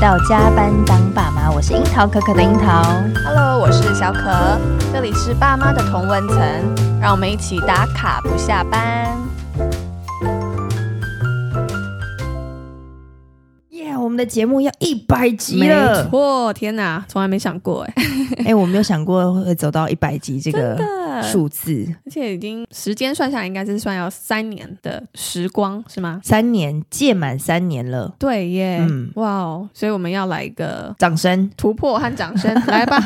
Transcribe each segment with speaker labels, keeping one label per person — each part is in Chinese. Speaker 1: 到加班当爸妈，我是樱桃可可的樱桃。
Speaker 2: Hello，我是小可，这里是爸妈的同温层，让我们一起打卡不下班。
Speaker 3: 耶我们的节目要一百集
Speaker 2: 没
Speaker 3: 了，
Speaker 2: 错，天哪，从来没想过哎，
Speaker 3: 哎、我没有想过会走到一百集这个数字，
Speaker 2: 而且已经时间算下来，应该是算要三年的时光是吗？
Speaker 3: 三年届满三年了，
Speaker 2: 对耶，
Speaker 3: 嗯
Speaker 2: 哇哦，所以我们要来一个
Speaker 3: 掌声
Speaker 2: 突破和掌 声，来吧，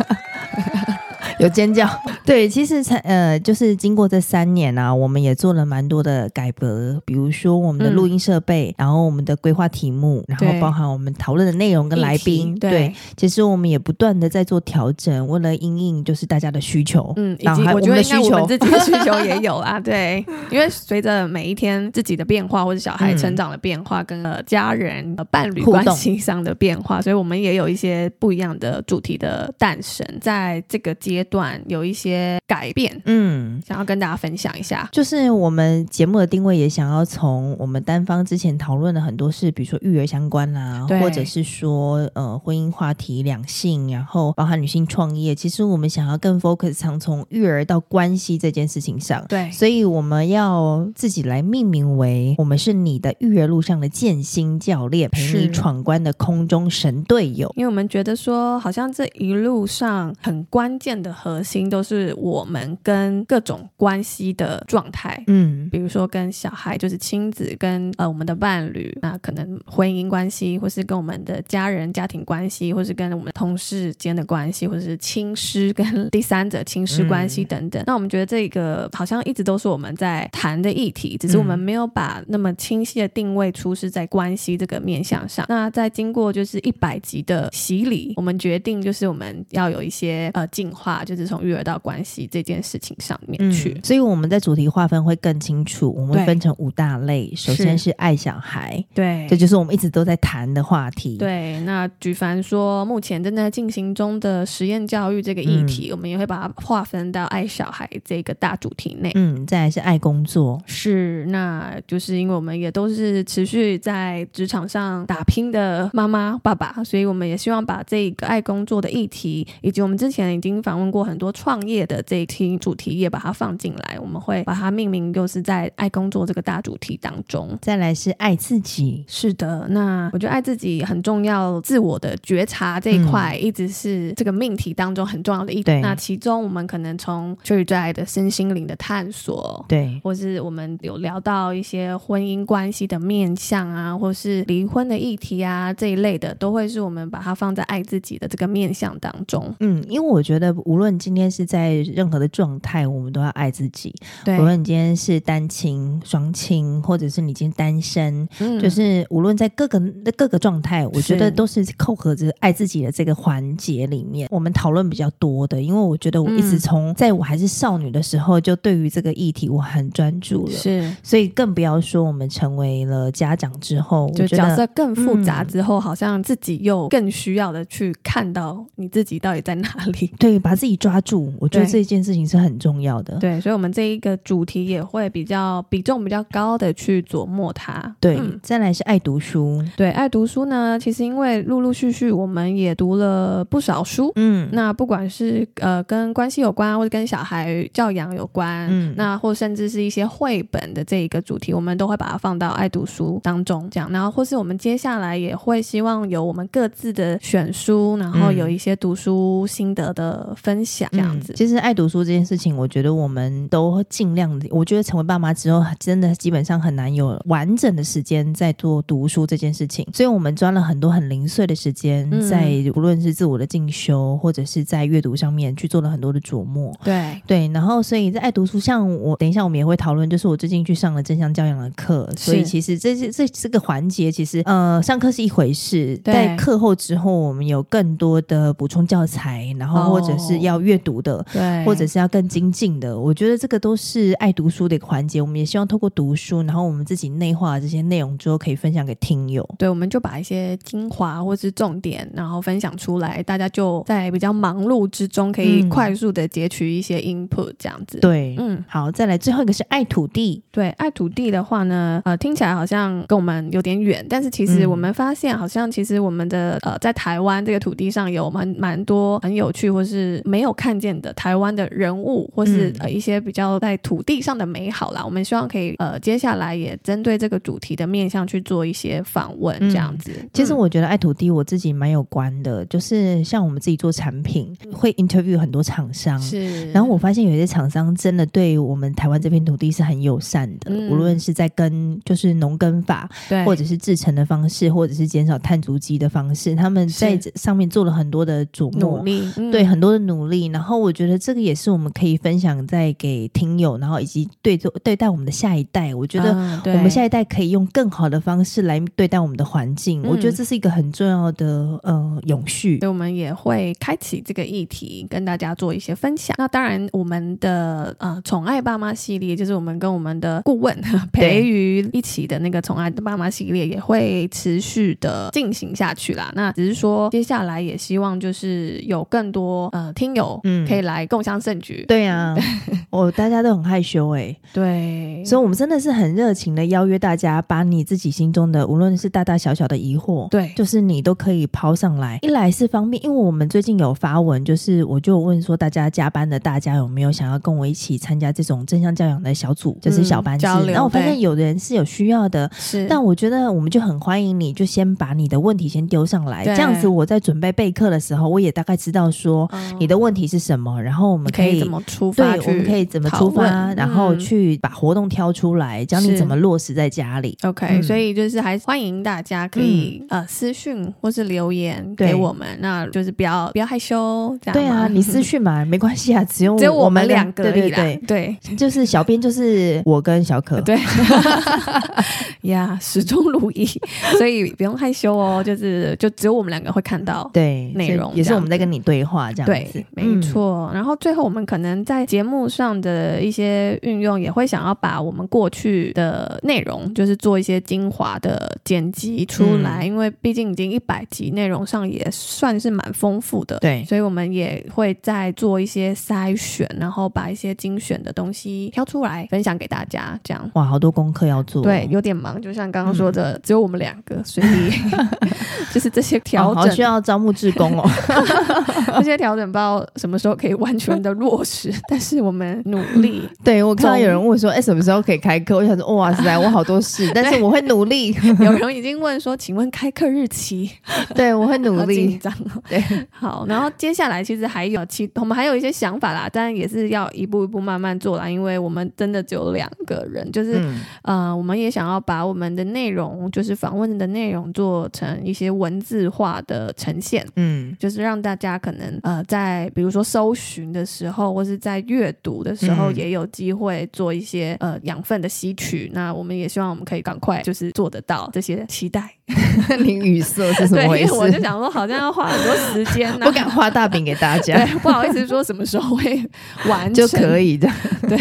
Speaker 3: 有尖 叫。对，其实才呃，就是经过这三年啊，我们也做了蛮多的改革，比如说我们的
Speaker 2: 嗯
Speaker 3: 录音设备，然后我们的规划题目，然后
Speaker 2: 对
Speaker 3: 包含我们讨论的内容跟来
Speaker 2: 议
Speaker 3: 宾，
Speaker 2: 题对，
Speaker 3: 其实我们也不断的在做调整，为了因应就是大家的需求，
Speaker 2: 嗯，以
Speaker 3: 然后
Speaker 2: 及
Speaker 3: 还有
Speaker 2: 我觉
Speaker 3: 们的
Speaker 2: 得应该
Speaker 3: 需
Speaker 2: 我们
Speaker 3: 求，
Speaker 2: 自己的需求也有 啦，对，因为随着每一天自己的变化，或者小孩
Speaker 3: 嗯
Speaker 2: 成长的变化，跟呃家人、呃伴侣
Speaker 3: 互
Speaker 2: 关
Speaker 3: 动
Speaker 2: 系上的变化，所以我们也有一些不一样的主题的诞生，在这个阶段有一些改变，
Speaker 3: 嗯。
Speaker 2: 想要跟大家分享一下。
Speaker 3: 就是我们节目的定位也想要从我们单方之前讨论的很多事，比如说育儿相关啦、
Speaker 2: 对
Speaker 3: 或者是说呃婚姻话题、两性，然后包含女性创业。其实我们想要更 focus 上从育儿到关系这件事情上。
Speaker 2: 对，
Speaker 3: 所以我们要自己来命名为“我们是你的育儿路上的剑心教练，陪
Speaker 2: 是
Speaker 3: 你闯关的空中神队友
Speaker 2: 因为我们觉得说，好像这一路上很关键的核心都是我们跟各种关系的状态”。。
Speaker 3: 嗯，
Speaker 2: 比如说跟小孩，就是亲子跟呃我们的伴侣，那可能婚姻关系，或是跟我们的家人、家庭关系，或是跟我们同事间的关系，或者是亲师跟第三者亲师关
Speaker 3: 嗯
Speaker 2: 系等等。那我们觉得这个好像一直都是我们在谈的议题，只是我们
Speaker 3: 嗯
Speaker 2: 没有把那么清晰的定位出是在关系这个面向上。那在经过就是一百集的洗礼，我们决定就是我们要有一些呃进化，就是从育儿到关系这件事情上面去。
Speaker 3: 嗯。所以我们在主题划分会更清楚，我们
Speaker 2: 对
Speaker 3: 会分成五大类。首先
Speaker 2: 是
Speaker 3: 是爱小孩，
Speaker 2: 对
Speaker 3: 这就是我们一直都在谈的话题。，
Speaker 2: 哎对，那举凡说目前正在进行中的实验教育这个议题，我们也会把它划分到爱小孩这个大主题内。
Speaker 3: 嗯，再来是爱工作，
Speaker 2: 是，那就是因为我们也都是持续在职场上打拼的妈妈、爸爸，所以我们也希望把这个爱工作的议题，以及我们之前已经访问过很多创业的这一题主题，也把它放进来。我们会把它命名，就是在爱工作这个大主题当中。
Speaker 3: 再来是爱自己。
Speaker 2: 是的，那我觉得爱自己很重要，自我的觉察这一块一直是这个命题当中很重要的一
Speaker 3: 嗯对
Speaker 2: 点。那其中我们可能从秋雨最爱的身心灵的探索。
Speaker 3: 对，
Speaker 2: 或是我们有聊到一些婚姻关系的面向啊，或是离婚的议题啊这一类的，都会是我们把它放在爱自己的这个面向当中。
Speaker 3: 嗯，因为我觉得无论今天是在任何的状态，我们都要爱自己。
Speaker 2: 对
Speaker 3: 无，论你今天是单亲、双亲，或者是你今天单身，
Speaker 2: 嗯
Speaker 3: 就是无论在各个各个状态，我觉
Speaker 2: 是
Speaker 3: 得都是扣合着爱自己的这个环节里面，我们讨论比较多的。因为我觉得我一直
Speaker 2: 嗯
Speaker 3: 从、在我还是少女的时候，就对于这个议题我很专注了。
Speaker 2: 是，
Speaker 3: 所以更不要说我们成为了家长之后，
Speaker 2: 就
Speaker 3: 我觉
Speaker 2: 角
Speaker 3: 得
Speaker 2: 色更复杂
Speaker 3: 嗯
Speaker 2: 之后，好像自己又更需要的去看到你自己到底在哪里。
Speaker 3: 对把自己抓住，我觉得
Speaker 2: 对
Speaker 3: 这件事情是很重要的。
Speaker 2: 对，所以我们这一个主题也会比较比重比较高的去琢磨它。
Speaker 3: 对，
Speaker 2: 嗯
Speaker 3: 再来是爱读书，
Speaker 2: 对，爱读书呢，其实因为陆陆续续我们也读了不少书。
Speaker 3: 嗯，
Speaker 2: 那不管是呃跟关系有关，或者跟小孩教养有关，
Speaker 3: 嗯
Speaker 2: 那或甚至是一些绘本的这一个主题，我们都会把它放到爱读书当中这样。然后或是我们接下来也会希望有我们各自的选书，然后
Speaker 3: 嗯
Speaker 2: 有一些读书心得的分享这样
Speaker 3: 嗯
Speaker 2: 子。
Speaker 3: 其实爱读书这件事情，我觉得我们都尽量地，我觉得成为爸妈之后，真的基本上很难有完整的时间在做读书这件事情，所以我们抓了很多很零碎的时间，
Speaker 2: 嗯
Speaker 3: 在无论是自我的进修，或者是在阅读上面去做了很多的琢磨。
Speaker 2: 对，
Speaker 3: 对，然后所以在爱读书，像我等一下我们也会讨论，就是我最近去上了正向教养的课，所以
Speaker 2: 是
Speaker 3: 其实这些这这个环节，其实呃上课是一回事，
Speaker 2: 对
Speaker 3: 在课后之后，我们有更多的补充教材，然后或者
Speaker 2: 哦
Speaker 3: 是要要阅读的，
Speaker 2: 对，
Speaker 3: 或者是要更精进的。我觉得这个都是爱读书的一个环节。我们也希望透过读书，然后我们自己内化这些内容之后，可以分享给听友。
Speaker 2: 对，我们就把一些精华或是重点，然后分享出来，大家就在比较忙碌之中，可以
Speaker 3: 嗯
Speaker 2: 快速的截取一些 input，这样子。，
Speaker 3: 对，
Speaker 2: 嗯，
Speaker 3: 好，再来最后一个是爱土地。
Speaker 2: 对，爱土地的话呢，呃，听起来好像跟我们有点远，但是其实
Speaker 3: 嗯
Speaker 2: 我们发现，好像其实我们的呃，在台湾这个土地上有蛮蛮多很有趣或是没有看见的台湾的人物，或是、
Speaker 3: 嗯
Speaker 2: 呃一些比较在土地上的美好啦。我们希望可以呃，接下来也针对这个主题的面向去做一些访问，这样
Speaker 3: 嗯
Speaker 2: 子。
Speaker 3: 其实
Speaker 2: 嗯
Speaker 3: 我觉得爱土地我自己蛮有关的，就是像我们自己做产品，会 interview 很多厂商。
Speaker 2: 嗯是，
Speaker 3: 然后我发现有一些厂商真的对我们台湾这片土地是很友善的，
Speaker 2: 嗯
Speaker 3: 无论是在跟就是农耕法，
Speaker 2: 对，
Speaker 3: 或者是制成的方式，或者是减少碳足迹的方式，他们在
Speaker 2: 是
Speaker 3: 这上面做了很多的琢
Speaker 2: 努
Speaker 3: 磨。
Speaker 2: 力，嗯
Speaker 3: 对很多的努力，然后我觉得这个也是我们可以分享在给听友，然后以及对做对待我们的下一代，我觉得
Speaker 2: 嗯
Speaker 3: 我们
Speaker 2: 对
Speaker 3: 下一代可以用更好的方式来对待我们的环境，
Speaker 2: 嗯
Speaker 3: 我觉得这是一个很重要的呃永续
Speaker 2: 所。以我们也会开启这个议题，跟大家做一些分享。那当然，我们的呃“宠爱爸妈”系列，就是我们跟我们的顾问 培瑜一起的那个“宠爱爸妈”系列，也会持续的进行下去啦。那只是说，接下来也希望就是有更多呃听友
Speaker 3: 嗯
Speaker 2: 可以来共襄盛举。
Speaker 3: 对 啊，我、大家都很害羞哎、
Speaker 2: 对，
Speaker 3: 所以我们真的是很热情的邀约大家，把你自己心中的无论是大大小小的疑惑，
Speaker 2: 对
Speaker 3: 就是你都可以抛上来。一来是方便，因为我们最近有发文，就是我就有问说大家加班的大家有没有想要跟我一起参加这种正向教养的小组，就是小班制。
Speaker 2: 嗯交流
Speaker 3: 然后我发
Speaker 2: 对
Speaker 3: 现有的人是有需要的，
Speaker 2: 是，
Speaker 3: 但我觉得我们就很欢迎你，就先把你的问题先丢上来，
Speaker 2: 对
Speaker 3: 这样子我在准备备课的时候，我也大概知道说
Speaker 2: 嗯
Speaker 3: 你的问题是什么，然后我们
Speaker 2: 可
Speaker 3: 可以
Speaker 2: 以怎么出
Speaker 3: 对
Speaker 2: 发，去
Speaker 3: 我们可以怎么
Speaker 2: 讨
Speaker 3: 出发，
Speaker 2: 论
Speaker 3: 然后
Speaker 2: 嗯
Speaker 3: 去把活动挑出来，教你
Speaker 2: 是
Speaker 3: 怎么落实在家里。
Speaker 2: OK，、
Speaker 3: 嗯
Speaker 2: 所以就是还是欢迎大家可以、呃私讯或是留言给
Speaker 3: 对
Speaker 2: 我们，那就是不要不要害羞，这样
Speaker 3: 对 啊，
Speaker 2: 吗
Speaker 3: 你私讯嘛，没关系啊，只有
Speaker 2: 只有我
Speaker 3: 们
Speaker 2: 们两个而
Speaker 3: 对
Speaker 2: 已啦，
Speaker 3: 对
Speaker 2: 对
Speaker 3: 对，就是小编就是我跟小可，
Speaker 2: 对 呀始终如一，所以不用害羞哦，就是就只有我们两个会看到。
Speaker 3: 对
Speaker 2: 内
Speaker 3: 所以
Speaker 2: 容
Speaker 3: 也
Speaker 2: 这
Speaker 3: 是
Speaker 2: 样
Speaker 3: 我们在跟你对话这样子嗯
Speaker 2: 对，，没错。然后最后，我们可能在节目上的一些运用，也会想要把我们过去的内容，就是做一些精华的剪辑出
Speaker 3: 嗯
Speaker 2: 来，因为毕竟已经一百集，内容上也算是蛮丰富的。
Speaker 3: 对
Speaker 2: 所以我们也会再做一些筛选，然后把一些精选的东西挑出来分享给大家，这样。
Speaker 3: 哇，好多功课要做，哦
Speaker 2: 对，有点忙，就像刚刚说
Speaker 3: 嗯
Speaker 2: 的，只有我们两个，所 以 就是这些
Speaker 3: 哦，
Speaker 2: 调
Speaker 3: 好
Speaker 2: 整
Speaker 3: 需要招募志工哦。
Speaker 2: 这些调整不知道什么时候可以完全的落实，但是我们努 力。
Speaker 3: 对，我看到
Speaker 2: 总
Speaker 3: 有人问我说：“哎、什么时候可以开课？”我想说：“哇塞，我好多事，但是我会努 力，
Speaker 2: 有人已经问说：“请问开课日期
Speaker 3: 对我会？”努
Speaker 2: 好紧
Speaker 3: 力。
Speaker 2: 张哦。
Speaker 3: 对，
Speaker 2: 好，然后接下来其实还有其我们还有一些想法啦，但也是要一步一步慢慢做啦，因为我们真的只有两个人，就是、
Speaker 3: 嗯，
Speaker 2: 呃，我们也想要把我们的内容，就是访问的内容做成一些文字化的呈现。
Speaker 3: 嗯，
Speaker 2: 就是让大家可能呃，在比如说搜寻的时候，或是在阅读的时候，
Speaker 3: 嗯
Speaker 2: 也有机会做一些呃养分的吸取。那我们也希望我们可以赶快就是做得到这些期待。
Speaker 3: 你语塞是怎
Speaker 2: 对，
Speaker 3: 么回
Speaker 2: 因为
Speaker 3: 事？
Speaker 2: 我就想说，好像要花很多时 间呢、
Speaker 3: 不敢画大饼给大
Speaker 2: 对
Speaker 3: 家，
Speaker 2: 不好意思说什么时候会完成
Speaker 3: 就可
Speaker 2: 以。
Speaker 3: 以 的。
Speaker 2: 对，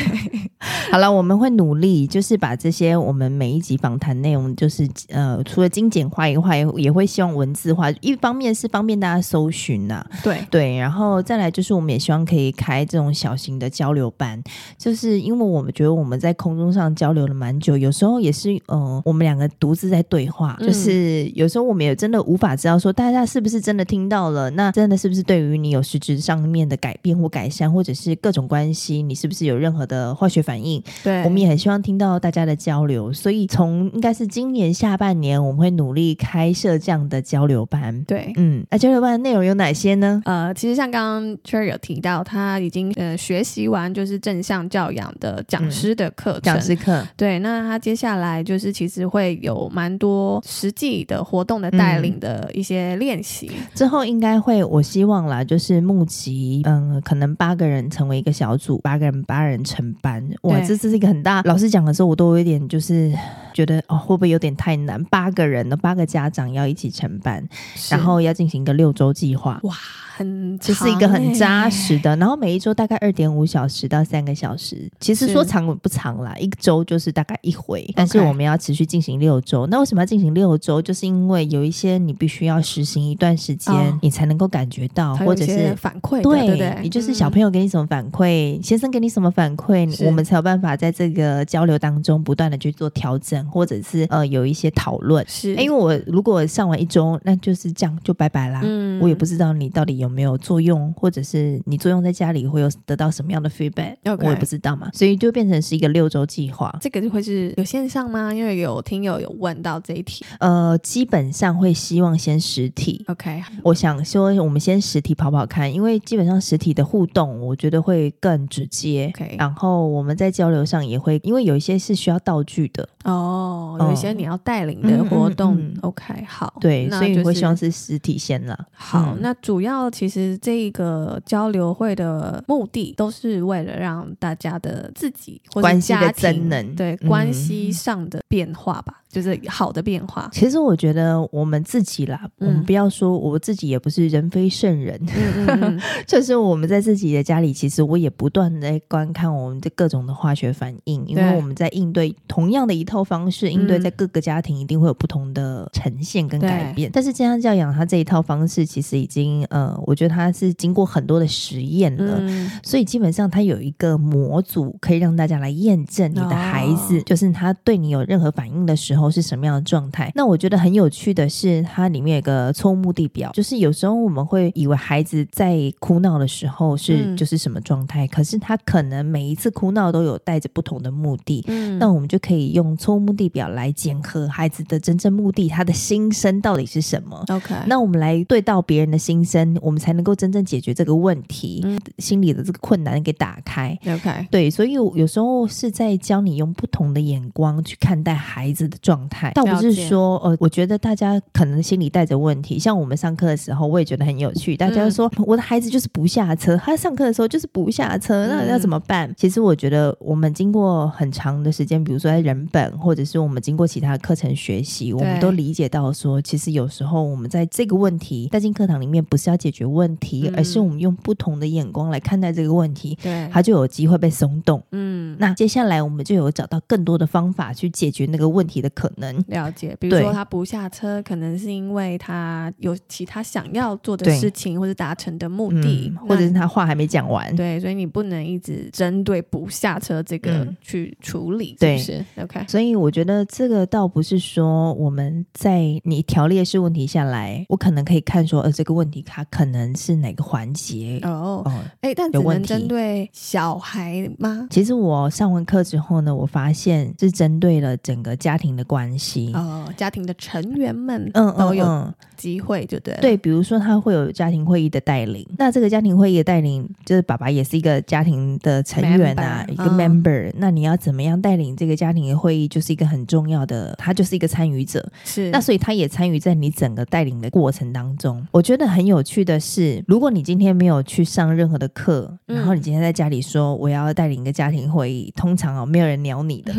Speaker 3: 好了，我们会努力，就是把这些我们每一集访谈内容，就是呃，除了精简化以外，也会希望文字化。一方面是方便大家搜寻啊呐、
Speaker 2: 对，
Speaker 3: 对，然后再来就是，我们也希望可以开这种小型的交流班，就是因为我们觉得我们在空中上交流了蛮久，有时候也是，嗯、我们两个独自在对话，
Speaker 2: 嗯
Speaker 3: 就是有时候我们也真的无法知道说大家是不是真的听到了，那真的是不是对于你有实质上面的改变或改善，或者是各种关系，你是不是有任何的化学反应？
Speaker 2: 对，
Speaker 3: 我们也很希望听到大家的交流，所以从应该是今年下半年，我们会努力开设这样的交流班。
Speaker 2: 对。
Speaker 3: 嗯，那交流班的内容有哪些呢？
Speaker 2: 呃，其实像刚刚 Cherry 有提到，他已经呃学习完就是正向教养的讲
Speaker 3: 嗯
Speaker 2: 师的课程，
Speaker 3: 讲师课，
Speaker 2: 对，那他接下来就是其实会有蛮多实际的活动的带
Speaker 3: 嗯
Speaker 2: 领的一些练习，
Speaker 3: 之后应该会，我希望啦，就是募集，嗯，可能八个人成为一个小组，八个人八人成班，哇，
Speaker 2: 对
Speaker 3: 这这是一个很大。老师讲的时候，我都有一点就是觉得哦，会不会有点太难？八个人呢，八个家长要一起成班，然后要进行一个六周计划。
Speaker 2: 哇，很
Speaker 3: 这
Speaker 2: 长欸
Speaker 3: 是一个很很扎实的。然后每一周大概二点五小时到三个小时，其实
Speaker 2: 是
Speaker 3: 说长不长啦，一周就是大概一回。但是我们要持续进行六周。那为什么要进行六周？就是因为有一些你必须要实行一段时间，
Speaker 2: 哦
Speaker 3: 你才能够感觉到，
Speaker 2: 还
Speaker 3: 或
Speaker 2: 有
Speaker 3: 者
Speaker 2: 一些
Speaker 3: 是。
Speaker 2: 反馈的，
Speaker 3: 对
Speaker 2: 对不对？嗯
Speaker 3: 也就是小朋友给你什么反馈，先生给你什么反馈，
Speaker 2: 是
Speaker 3: 我们才有办法在这个交流当中不断的去做调整，或者是呃有一些讨论
Speaker 2: 友。嗯是，
Speaker 3: 哎因为我如果上完一周，那就是这样，就拜拜啦。
Speaker 2: 嗯
Speaker 3: 我也不知道你到底有没有作用，或者是你作用在家里会有得到什么样的 feedback，
Speaker 2: OK
Speaker 3: 我也不知道嘛，所以就变成是一个六周计划。
Speaker 2: 这个就会是有线上吗？因为有听友有问到这一题
Speaker 3: 呃，基本上会希望先实体，
Speaker 2: ，OK，
Speaker 3: 我想说我们先实体跑跑看，因为基本上实体的互动，我觉得会更直接。
Speaker 2: OK
Speaker 3: 然后我们在交流上也会，因为有一些是需要道具的，
Speaker 2: 哦，
Speaker 3: 哦
Speaker 2: 有一些你要带领的活动、
Speaker 3: 嗯嗯嗯
Speaker 2: o k 好，
Speaker 3: 对，
Speaker 2: 那
Speaker 3: 所以
Speaker 2: 就
Speaker 3: 我会
Speaker 2: 是
Speaker 3: 希望是实体先啦。
Speaker 2: 好，
Speaker 3: 嗯
Speaker 2: 那主要其实这一个交流会的目的都是为了让大家的自己或
Speaker 3: 关
Speaker 2: 者
Speaker 3: 系的
Speaker 2: 家庭
Speaker 3: 增能
Speaker 2: 对
Speaker 3: 嗯
Speaker 2: 关系上的变化吧，就是好的变化。
Speaker 3: 其实我觉得我们自己啦，
Speaker 2: 嗯
Speaker 3: 我们不要说我自己也不是人非圣人，
Speaker 2: 嗯嗯嗯，
Speaker 3: 就是我们在自己的家里，其实我也不断地在观看我们的各种的化学反应，因为
Speaker 2: 对嗯
Speaker 3: 我们在应对同样的一套方式，应对在各个家庭一定会有不同的呈现跟改变。但是健康教养它这一套方式，其实已经呃，我觉得它是经过很多的实验了。
Speaker 2: 嗯
Speaker 3: 所以基本上，它有一个模组可以让大家来验证你的孩子，
Speaker 2: 哦
Speaker 3: 就是他对你有任何反应的时候是什么样的状态。那我觉得很有趣的是，它里面有一个错误目的表，就是有时候我们会以为孩子在哭闹的时候是、
Speaker 2: 嗯
Speaker 3: 就是什么状态，可是他可能每一次哭闹都有带着不同的目的。
Speaker 2: 嗯
Speaker 3: 那我们就可以用错误目的表来检核孩子的真正目的，他的心声到底是什么。
Speaker 2: OK，
Speaker 3: 那我们来对到别人的心声，我们才能够真正解决这个问题，
Speaker 2: 嗯
Speaker 3: 心里的这个困难给打开。
Speaker 2: OK，
Speaker 3: 对，所以有时候是在教你用不同的眼光去看待孩子的状态，倒不是
Speaker 2: 了解
Speaker 3: 说呃，我觉得大家可能心里带着问题。像我们上课的时候，我也觉得很有趣，大
Speaker 2: 嗯
Speaker 3: 家就说、我的孩子就是不下车，他上课的时候就是不下车，那
Speaker 2: 嗯
Speaker 3: 要怎么办？其实我觉得我们经过很长的时间，比如说在人本，或者是我们经过其他课程学习，我们
Speaker 2: 对
Speaker 3: 都理解到说，其实有时候我们在这个问题带进课堂里面，不是要解决问题，
Speaker 2: 嗯
Speaker 3: 而是我们用不同的眼光来看待这个问题。
Speaker 2: 对，
Speaker 3: 它就有机会被松动。
Speaker 2: 嗯，
Speaker 3: 那接下来我们就有找到更多的方法去解决那个问题的可能。
Speaker 2: 了解，比如说
Speaker 3: 对
Speaker 2: 他不下车，可能是因为他有其他想要做的
Speaker 3: 对
Speaker 2: 事情或者达成的目的
Speaker 3: 嗯，，或者
Speaker 2: 那
Speaker 3: 是他话还没讲完。
Speaker 2: 对，所以你不能一直针对不下车这个
Speaker 3: 嗯
Speaker 2: 去处理，
Speaker 3: 对
Speaker 2: 是不是？OK，
Speaker 3: 所以我觉得这个倒不是说我们在你条列式问题下来，我可能可以看说，呃，这个问题它可能是哪个环节
Speaker 2: 哦，
Speaker 3: 哦。
Speaker 2: 哎，但
Speaker 3: 有
Speaker 2: 只
Speaker 3: 问
Speaker 2: 能
Speaker 3: 题
Speaker 2: 针对小孩吗？
Speaker 3: 其实我上完课之后呢，我发现是针对了整个家庭的关系。
Speaker 2: 哦，家庭的成员们
Speaker 3: 嗯
Speaker 2: 都
Speaker 3: 嗯
Speaker 2: 有
Speaker 3: 嗯，
Speaker 2: 机会，对不对？，
Speaker 3: 对，比如说他会有家庭会议的带领，那这个家庭会议的带领，就是爸爸也是一个家庭的成员啊
Speaker 2: Member，
Speaker 3: 一个
Speaker 2: 嗯
Speaker 3: member、那你要怎么样带领这个家庭的会议，就是一个很重要的，他就是一个参与者。
Speaker 2: 是
Speaker 3: 那所以他也参与在你整个带领的过程当中。我觉得很有趣的是，如果你今天没有去上任何的课，
Speaker 2: 嗯
Speaker 3: 然后你今天在家里说我要带领一个家庭会议，通常哦没有人鸟你的。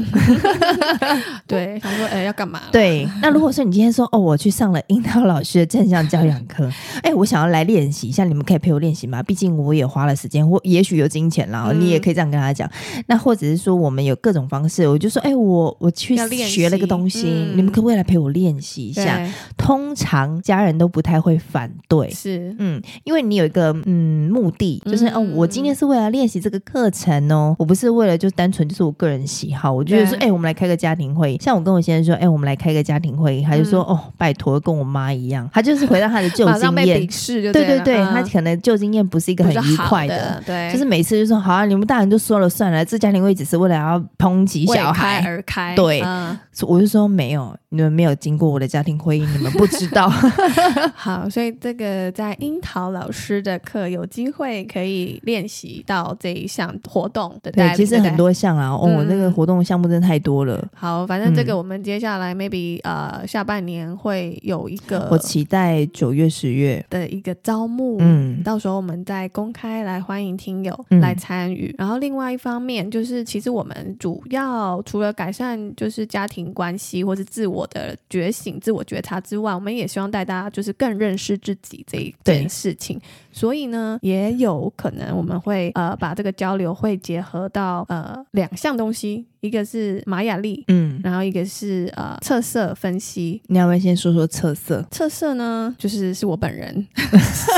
Speaker 2: 对，想说哎要干嘛？，
Speaker 3: 对，那如果说你今天说哦，我去上了樱桃老师的正向教养课， 哎、我想要来练习一下，你们可以陪我练习吗？毕竟我也花了时间，或也许有金钱啦，
Speaker 2: 嗯
Speaker 3: 你也可以这样跟他讲。那或者是说，我们有各种方式，我就说，哎、我我去
Speaker 2: 要练习
Speaker 3: 学了个东西，
Speaker 2: 嗯
Speaker 3: 你们可不可以来陪我练习一下？通常家人都不太会反对
Speaker 2: 对，。是
Speaker 3: 嗯，因为你有一个嗯目的，就是、哦，
Speaker 2: 嗯
Speaker 3: 我今天是为了练习这个课程哦，我不是为了就单纯就是我个人喜好，我就觉得说，哎、
Speaker 2: 对
Speaker 3: 我们来开个家庭会议。像我跟我先生说，哎、我们来开个家庭会议，他就说，哦，拜托，跟我妈一样，他就是回到他的旧
Speaker 2: 嗯马上
Speaker 3: 经
Speaker 2: 被
Speaker 3: 验
Speaker 2: 鄙，视就
Speaker 3: 对对
Speaker 2: 对了
Speaker 3: 对，
Speaker 2: 嗯
Speaker 3: 他可能旧经验不是一个
Speaker 2: 不
Speaker 3: 很
Speaker 2: 是
Speaker 3: 愉
Speaker 2: 好
Speaker 3: 快的。
Speaker 2: 的，对，
Speaker 3: 就是每次就说好啊，你们大人就说了算了，这家庭会议只是为了要抨击
Speaker 2: 为
Speaker 3: 小
Speaker 2: 开
Speaker 3: 孩，
Speaker 2: 而开，
Speaker 3: 对
Speaker 2: 嗯
Speaker 3: 我就说没有，你们没有经过我的家庭会议，你们不知 道。
Speaker 2: 好，所以这个在樱桃老师的课有机会可以练习到这一项活动的带
Speaker 3: 对，
Speaker 2: 领，
Speaker 3: 其实
Speaker 2: 不
Speaker 3: 很。多项啊，哦，
Speaker 2: 嗯
Speaker 3: 我那个活动项目真的太多了。
Speaker 2: 好，反正这
Speaker 3: 嗯
Speaker 2: 个我们们接下来 maybe 呃下半年会有一个
Speaker 3: 我期待九月、十月，
Speaker 2: 的一个招募，
Speaker 3: 嗯，
Speaker 2: 到时候我们再公开来欢迎听友
Speaker 3: 嗯
Speaker 2: 来参与。然后另外一方面就是，其实我们主要除了改善就是家庭关系或是自我的觉醒、自我觉察之外，我们也希望带大家就是更认识自己这一
Speaker 3: 对
Speaker 2: 件事情。所以呢，也有可能我们会呃把这个交流会结合到呃两项东西，一个是玛雅历，
Speaker 3: 嗯，
Speaker 2: 然后一个是呃测色分析。
Speaker 3: 你要不要先说说特色？
Speaker 2: 测色呢，就是是我本人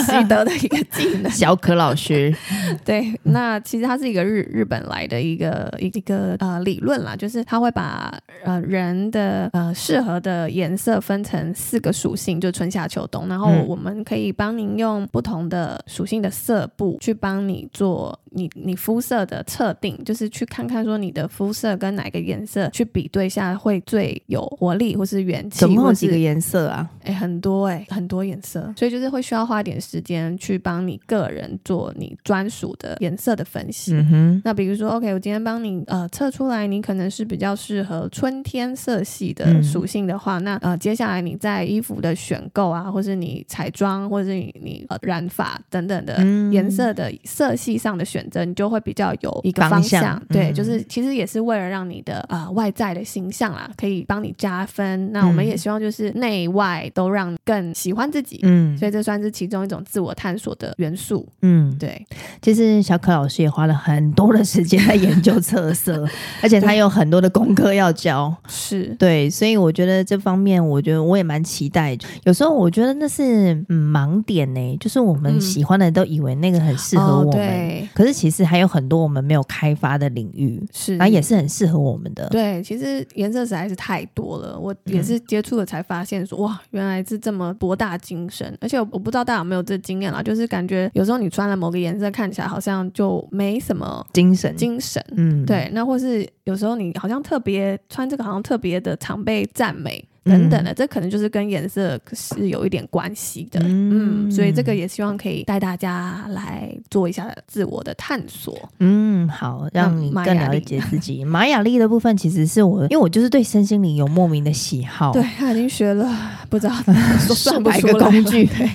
Speaker 2: 习得的一个技 能。
Speaker 3: 小可老 师，
Speaker 2: 对，那其实它是一个日日本来的一个一一个呃理论啦，就是它会把呃人的呃适合的颜色分成四个属性，就春夏秋冬，然后
Speaker 3: 嗯
Speaker 2: 我们可以帮您用不同的属性的色部去帮你做你你肤色的测定，就是去看看说你的肤色跟哪个颜色去比对下会最有活力或是元气，
Speaker 3: 总共
Speaker 2: 或
Speaker 3: 有
Speaker 2: 是
Speaker 3: 几个颜色啊？
Speaker 2: 哎、很多哎、很多颜色，所以就是会需要花一点时间去帮你个人做你专属的颜色的分析。
Speaker 3: 嗯哼，
Speaker 2: 那比如说，OK，我今天帮你呃测出来，你可能是比较适合春天色系的
Speaker 3: 嗯
Speaker 2: 属性的话，那呃接下来你在衣服的选购啊，或是你彩妆，或是你你、呃、染发等等的
Speaker 3: 嗯
Speaker 2: 颜色的色系上的选择，你就会比较有一个
Speaker 3: 方
Speaker 2: 方
Speaker 3: 向
Speaker 2: 对，
Speaker 3: 嗯
Speaker 2: 就是其实也是为了让你的呃外在的形象啦，可以帮你加分。那我
Speaker 3: 嗯
Speaker 2: 们也希望就是内外都让你更喜欢自己，
Speaker 3: 嗯
Speaker 2: 所以这算是其中一种自我探索的元素。
Speaker 3: 嗯，
Speaker 2: 对，
Speaker 3: 其实小可老师也花了很多的时间在研究特 色，而且他有很多的功课要教。
Speaker 2: 是，
Speaker 3: 对，所以我觉得这方面，我觉得我也蛮期待。有时候我觉得那是嗯盲点呢、就是我们
Speaker 2: 嗯
Speaker 3: 喜欢的都以为那个很适合
Speaker 2: 哦
Speaker 3: 我们，
Speaker 2: 对。
Speaker 3: 可是其实还有很多我们没有开发的领域，
Speaker 2: 是，
Speaker 3: 然后也是很适合我们的。
Speaker 2: 嗯对，其实颜色实在是太多了，我也是接触了才发现说，哇，原来是这么博大精深。而且我我不知道大家有没有这经验啦，就是感觉有时候你穿了某个颜色，看起来好像就没什么
Speaker 3: 精神，
Speaker 2: 精神。
Speaker 3: 嗯，
Speaker 2: 对，那或是有时候你好像特别穿这个，好像特别的常被赞美等等的，这可能就是跟颜色是有一点关系的。
Speaker 3: 嗯
Speaker 2: 嗯，所以这个也希望可以带大家来做一下自我的探索。
Speaker 3: 嗯，好，让你
Speaker 2: 玛
Speaker 3: 更
Speaker 2: 雅
Speaker 3: 了
Speaker 2: 历
Speaker 3: 解 自己。玛雅历的部分其实是我，因为我就是对身心灵有莫名的喜好。
Speaker 2: 对，他已经学了不知道说 算不
Speaker 3: 百
Speaker 2: 出
Speaker 3: 个
Speaker 2: 来
Speaker 3: 工
Speaker 2: 了
Speaker 3: 具
Speaker 2: 对，